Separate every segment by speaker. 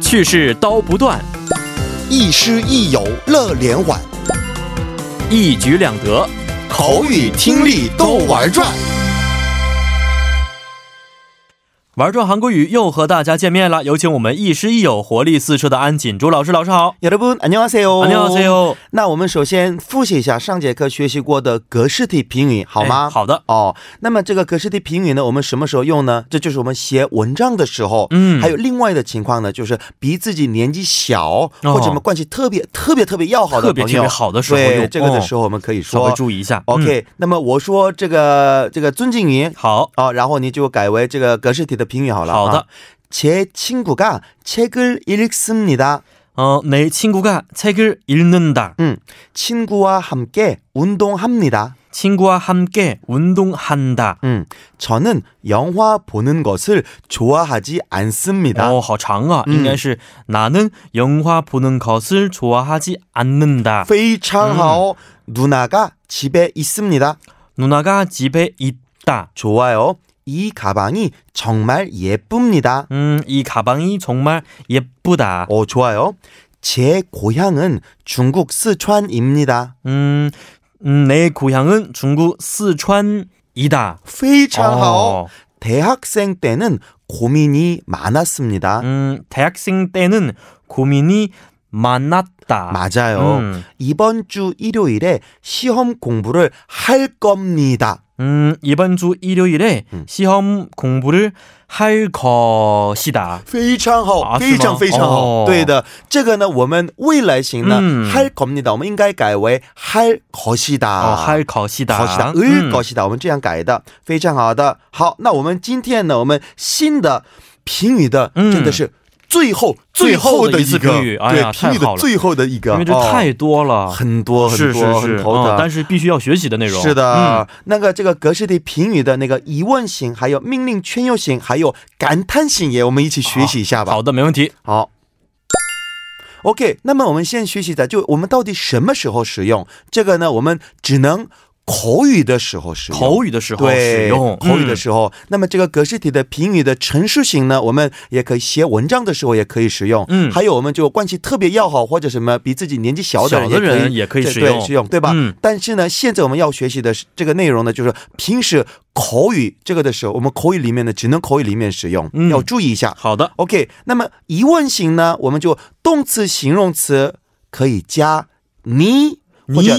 Speaker 1: 去世刀不断，
Speaker 2: 亦师亦友乐连环，
Speaker 1: 一举两得。
Speaker 2: 口语听力都玩转。
Speaker 1: 玩转韩国语又和大家见面了，有请我们亦师亦友、活力四射的安锦珠老师。老师好，
Speaker 3: 여러분 안녕하세요.
Speaker 1: 안녕하세요。
Speaker 3: 那我们首先复习一下上节课学习过的格式体评语，好吗？
Speaker 1: 哎好的。
Speaker 3: 哦，那么这个格式体评语呢，我们什么时候用呢？这就是我们写文章的时候。
Speaker 1: 嗯
Speaker 3: 还有另外的情况呢，就是比自己年纪小、
Speaker 1: 哦
Speaker 3: 或者我们关系特别特别特别要好的
Speaker 1: 特别
Speaker 3: 朋友
Speaker 1: 特别好的时候
Speaker 3: 对
Speaker 1: 用
Speaker 3: 这个
Speaker 1: 哦
Speaker 3: 的时候我们可以
Speaker 1: 稍
Speaker 3: 说。
Speaker 1: 微注意一下。嗯
Speaker 3: 哦 OK，、那么我说这个这个尊敬您，
Speaker 1: 好，
Speaker 3: 어, 然后你就改为这个格式体的评语好了。
Speaker 1: 好的。
Speaker 3: 啊제 친구가 책을 읽습니다.
Speaker 1: 嗯，내친구가책을읽는다。
Speaker 3: 음， 친구와함께운동합니다
Speaker 1: 친구와 함께 운동한다.
Speaker 3: 음저는영화보는것을좋아하지않습니다 嗯
Speaker 1: 哦，好长啊，应该是나는영화보는것을좋아하지않는다。
Speaker 3: 非常好누나가집에있습니다
Speaker 1: 누나가 집에 있다.
Speaker 3: 좋아요이가방이정말예쁩니다
Speaker 1: 음, 이 가방이 정말 예쁘다.
Speaker 3: 어좋아요제고향은중국스촨입니다
Speaker 1: 음, 음, 내 고향은 중국四川이다.
Speaker 3: 非常好
Speaker 1: 어,
Speaker 3: 대학생 때는 고민이 많았습니다.
Speaker 1: 음, 대학생 때는 고민이 많았다.
Speaker 3: 맞아요.
Speaker 1: 음,
Speaker 3: 이번 주 일요일에 시험 공부를 할 겁니다.
Speaker 1: 음, 이번 주 일요일에
Speaker 3: 음.
Speaker 1: 시험 공부를 할 것이다.
Speaker 3: 非常好，
Speaker 1: 啊
Speaker 3: 非
Speaker 1: 是吗
Speaker 3: 常非常
Speaker 1: 哦
Speaker 3: 好。对的，这个呢，我们未来型呢
Speaker 1: 嗯，
Speaker 3: 할겁니다，我们应该改为할것이다，
Speaker 1: 음. 어, 할 것이다.
Speaker 3: 好，西达，呃，
Speaker 1: 음
Speaker 3: 高西达，我们这样改的，非常好的。好，那我们今天呢，我们新的评语的
Speaker 1: 嗯
Speaker 3: 真的是最后
Speaker 1: 最后
Speaker 3: 后
Speaker 1: 的
Speaker 3: 的
Speaker 1: 一次
Speaker 3: 一个
Speaker 1: 评语哎呀
Speaker 3: 对评语
Speaker 1: 太好
Speaker 3: 的
Speaker 1: 了
Speaker 3: 最后的一个，
Speaker 1: 因为这
Speaker 3: 哦
Speaker 1: 太多了，
Speaker 3: 很
Speaker 1: 啊
Speaker 3: 多
Speaker 1: 是
Speaker 3: 很
Speaker 1: 是是
Speaker 3: 多很头
Speaker 1: 嗯但
Speaker 3: 疼。
Speaker 1: 是必须要学习的内容。 음.
Speaker 3: 是
Speaker 1: 嗯
Speaker 3: 的，那个这个格式的评语的那个疑问型，还有命令圈右型，还有感叹型也，我们一起学习一下吧。
Speaker 1: 好的，没问题。
Speaker 3: 好。OK，那么我们先学习一下，就我们到底什么时候使用这个呢？我们只能口语的时候使用。
Speaker 1: 口语的时候使
Speaker 3: 对
Speaker 1: 用， 음。
Speaker 3: 口语的
Speaker 1: 嗯
Speaker 3: 时候，那么这个格式体的评语的陈述型呢，我们也可以写文章的时候也可以使用。
Speaker 1: 嗯
Speaker 3: 还有我们就关系特别要好或者什么比自己年纪小的
Speaker 1: 小的人也可以
Speaker 3: 对
Speaker 1: 使用
Speaker 3: 对使用对吧？
Speaker 1: 嗯
Speaker 3: 但是呢，现在我们要学习的是这个内容呢，就是平时口语这个的时候，我们口语里面呢只能口语里面使用，
Speaker 1: 嗯
Speaker 3: 要注意一下。
Speaker 1: 好的，
Speaker 3: OK，那么疑问型呢，我们就动词、形容词可以加你或者呀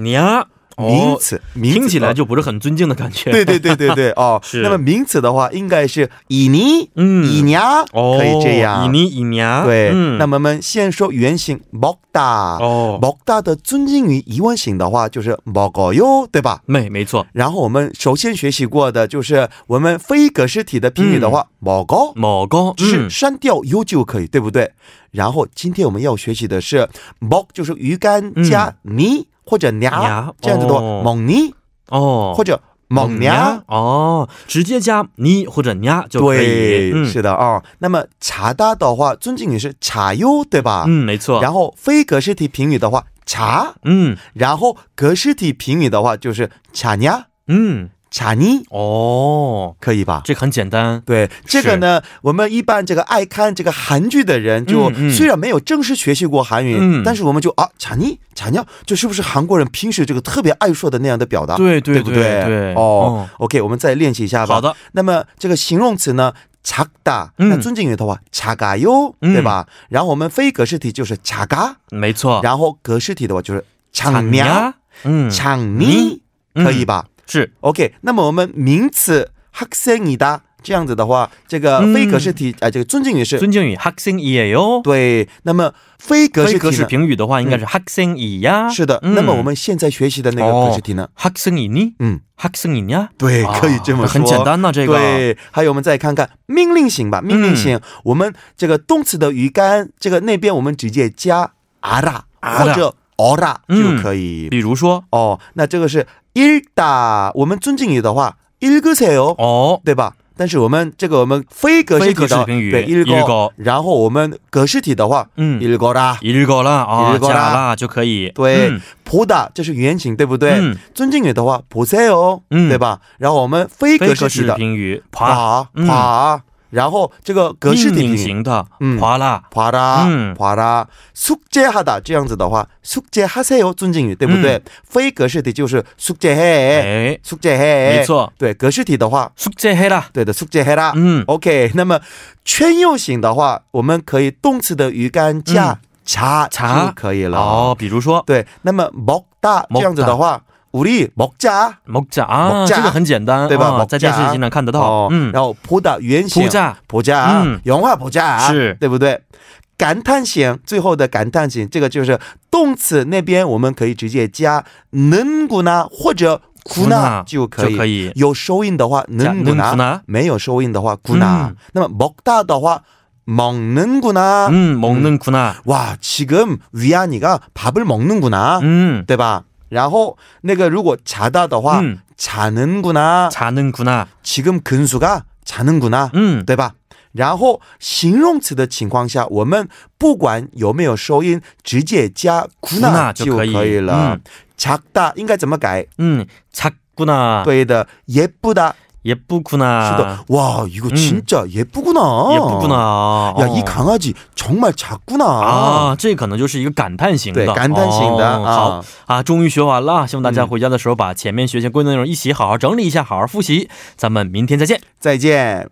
Speaker 1: 你呀、哦
Speaker 3: 名词，名词
Speaker 1: 听起来就不是很尊敬的感 觉。
Speaker 3: 对对对对对 哦
Speaker 1: 是。
Speaker 3: 那么名词的话，应该是以你、
Speaker 1: 嗯
Speaker 3: 以娘、
Speaker 1: 哦，
Speaker 3: 可以这样。
Speaker 1: 以你以娘。
Speaker 3: 对、
Speaker 1: 嗯，
Speaker 3: 那么我们先说原型 먹다，
Speaker 1: 哦
Speaker 3: 뭐, 먹다的尊敬语疑问型的话就是먹어요，对吧？
Speaker 1: 没没错，
Speaker 3: 然后我们首先学习过的就是我们非格式体的评语的话，먹어
Speaker 1: 某个
Speaker 3: 只是
Speaker 1: 嗯
Speaker 3: 删掉 u 就可以，对不对？然后今天我们要学习的是 먹，就是鱼干加你、或者
Speaker 1: 냐
Speaker 3: 娘这样子的话，
Speaker 1: 嗯哦
Speaker 3: 먹니
Speaker 1: 哦，
Speaker 3: 或者먹娘。
Speaker 1: 哦，直接加你或者娘就可以。嗯
Speaker 3: 对，是的啊、那么茶大的话，尊敬语是茶哟，对吧？
Speaker 1: 嗯，没错。
Speaker 3: 然后非格式体评语的话，茶；
Speaker 1: 嗯
Speaker 3: 然后格式体评语的话，就是茶呀、
Speaker 1: 嗯，
Speaker 3: 茶你，
Speaker 1: 哦，
Speaker 3: 可以吧？
Speaker 1: 这很简单。
Speaker 3: 对这个呢，我们一般这个爱看这个韩剧的人就，
Speaker 1: 嗯嗯
Speaker 3: 虽然没有正式学习过韩语，
Speaker 1: 嗯
Speaker 3: 但是我们就啊，茶你茶尿，这是不是韩国人平时这个特别爱说的那样的表达？
Speaker 1: 对对
Speaker 3: 对不
Speaker 1: 对对
Speaker 3: 哦
Speaker 1: 嗯
Speaker 3: OK，我们再练习一下吧。
Speaker 1: 好的，
Speaker 3: 那么这个形容词呢，작다，
Speaker 1: 嗯
Speaker 3: 那尊敬语的话，작아요，
Speaker 1: 嗯
Speaker 3: 对吧？然后我们非格式体就是작아，
Speaker 1: 没错。
Speaker 3: 然后格式体的话就是
Speaker 1: 产
Speaker 3: 장娘、
Speaker 1: 啊嗯，
Speaker 3: 장你，
Speaker 1: 嗯
Speaker 3: 可以吧
Speaker 1: 是
Speaker 3: ？OK，那么我们名词학생이다这样子的话，这个
Speaker 1: 嗯
Speaker 3: 非格式体哎、这个尊敬语是
Speaker 1: 尊敬语학생이에요。
Speaker 3: 对，那么非格
Speaker 1: 非
Speaker 3: 式体
Speaker 1: 格式
Speaker 3: 呢？
Speaker 1: 评语的话，应
Speaker 3: 음.
Speaker 1: 该是학생이야。
Speaker 3: 是的、
Speaker 1: 嗯哦
Speaker 3: 那么我们现在学习的那个格式体呢？
Speaker 1: 학생이니，
Speaker 3: 嗯，
Speaker 1: 학생이냐，
Speaker 3: 对，
Speaker 1: 啊
Speaker 3: 可以这么说，
Speaker 1: 很简单呐、这个嗯
Speaker 3: 对，还有我们再看看命令型吧，命令型，我们这个动词的鱼竿，这个那边我们直接加啊啦
Speaker 1: 啊
Speaker 3: 或者哦啦
Speaker 1: 嗯
Speaker 3: 就可以、
Speaker 1: 比如说
Speaker 3: 哦，那这个是읽다，我们尊敬语的话，읽으세요，
Speaker 1: 哦，
Speaker 3: 对吧？但是我们这个我们非格式
Speaker 1: 非
Speaker 3: 体
Speaker 1: 格式
Speaker 3: 的
Speaker 1: 评语
Speaker 3: 对읽
Speaker 1: 읽어
Speaker 3: 어，然后我们格式体的话，
Speaker 1: 嗯，
Speaker 3: 읽어라。
Speaker 1: 읽어라 음. 啊，
Speaker 3: 읽어라
Speaker 1: 加啦就可以。
Speaker 3: 对
Speaker 1: 嗯，
Speaker 3: 보다这是原型，对不对？
Speaker 1: 嗯
Speaker 3: 尊敬语的话，보세요，
Speaker 1: 嗯
Speaker 3: 对吧？然后我们非
Speaker 1: 非
Speaker 3: 格
Speaker 1: 格
Speaker 3: 式体
Speaker 1: 式
Speaker 3: 的
Speaker 1: 评语，爬，
Speaker 3: 爬
Speaker 1: 嗯
Speaker 3: 爬，然后这个格式
Speaker 1: 命
Speaker 3: 点
Speaker 1: 令
Speaker 3: 评。
Speaker 1: 型的
Speaker 3: 嗯
Speaker 1: 哗啦，
Speaker 3: 봐라,
Speaker 1: 음.
Speaker 3: 봐라, 숙제하다 这样子的话, 숙제하세요 尊敬语对不对?
Speaker 1: 음.
Speaker 3: 非格式体就是 숙제해,
Speaker 1: 哎，
Speaker 3: 숙제해. 네,
Speaker 1: 没错。
Speaker 3: 对，格式体的话,
Speaker 1: 네. 숙제해라， 음.
Speaker 3: 对的 숙제해라.
Speaker 1: 嗯
Speaker 3: OK. 那么圈右型的话，我们可以动词的鱼竿加 자,
Speaker 1: 음. 자。 아.
Speaker 3: 就可以了。
Speaker 1: 哦，比如说
Speaker 3: 对，那么 먹다 这样子的话, 우리 먹자.
Speaker 1: 먹자 아, 啊，
Speaker 3: 먹자
Speaker 1: 这个很简单，
Speaker 3: 对吧
Speaker 1: 啊
Speaker 3: 먹자
Speaker 1: 在电视经常看得到
Speaker 3: 哦，，
Speaker 1: 嗯，
Speaker 3: 然后 어, 보다 原型
Speaker 1: 음. 보자
Speaker 3: 보자，、
Speaker 1: 嗯
Speaker 3: 영화 보자，
Speaker 1: 是
Speaker 3: 对不对？感叹型，最后的感叹型，这个就是动词那边我们可以直接加能구나或者구
Speaker 1: 구나
Speaker 3: 나就可以。
Speaker 1: 就可以
Speaker 3: 有收音的话
Speaker 1: 加
Speaker 3: 能구
Speaker 1: 能
Speaker 3: 나
Speaker 1: 구나 음.
Speaker 3: 没有收音的话구나
Speaker 1: 嗯
Speaker 3: 那么먹다的话먹는구나
Speaker 1: 嗯， 음, 먹
Speaker 3: 음.
Speaker 1: 는구나，
Speaker 3: 哇，지금위안이가밥을먹는구나
Speaker 1: 嗯，
Speaker 3: 对吧？然后那个如果자다的话
Speaker 1: 嗯
Speaker 3: 자는구나
Speaker 1: 음. 자는구나， 음.
Speaker 3: 지금근수가자는구나
Speaker 1: 嗯，
Speaker 3: 对吧？然后形容词的情况下，我们不管有没有收音，直接加구나
Speaker 1: 구나
Speaker 3: 就
Speaker 1: 就
Speaker 3: 可
Speaker 1: 可以
Speaker 3: 以了
Speaker 1: 嗯。
Speaker 3: 작다应该怎么改？
Speaker 1: 嗯， 음. 작구나，
Speaker 3: 对的，예쁘다
Speaker 1: 예쁘구
Speaker 3: 是
Speaker 1: 나
Speaker 3: 的，哇，이거진짜예쁘구나，
Speaker 1: 예쁘구나， 어.
Speaker 3: 呀，이강아지정말작구나。
Speaker 1: 哦啊，这可能就是一个感叹型的，
Speaker 3: 对，感叹型的
Speaker 1: 哦好
Speaker 3: 啊，嗯
Speaker 1: 啊，终于学完了，希望大家回家的时候把前面学习过的内容一起好好整理一下，好好复习。咱们明天再见。
Speaker 3: 再见。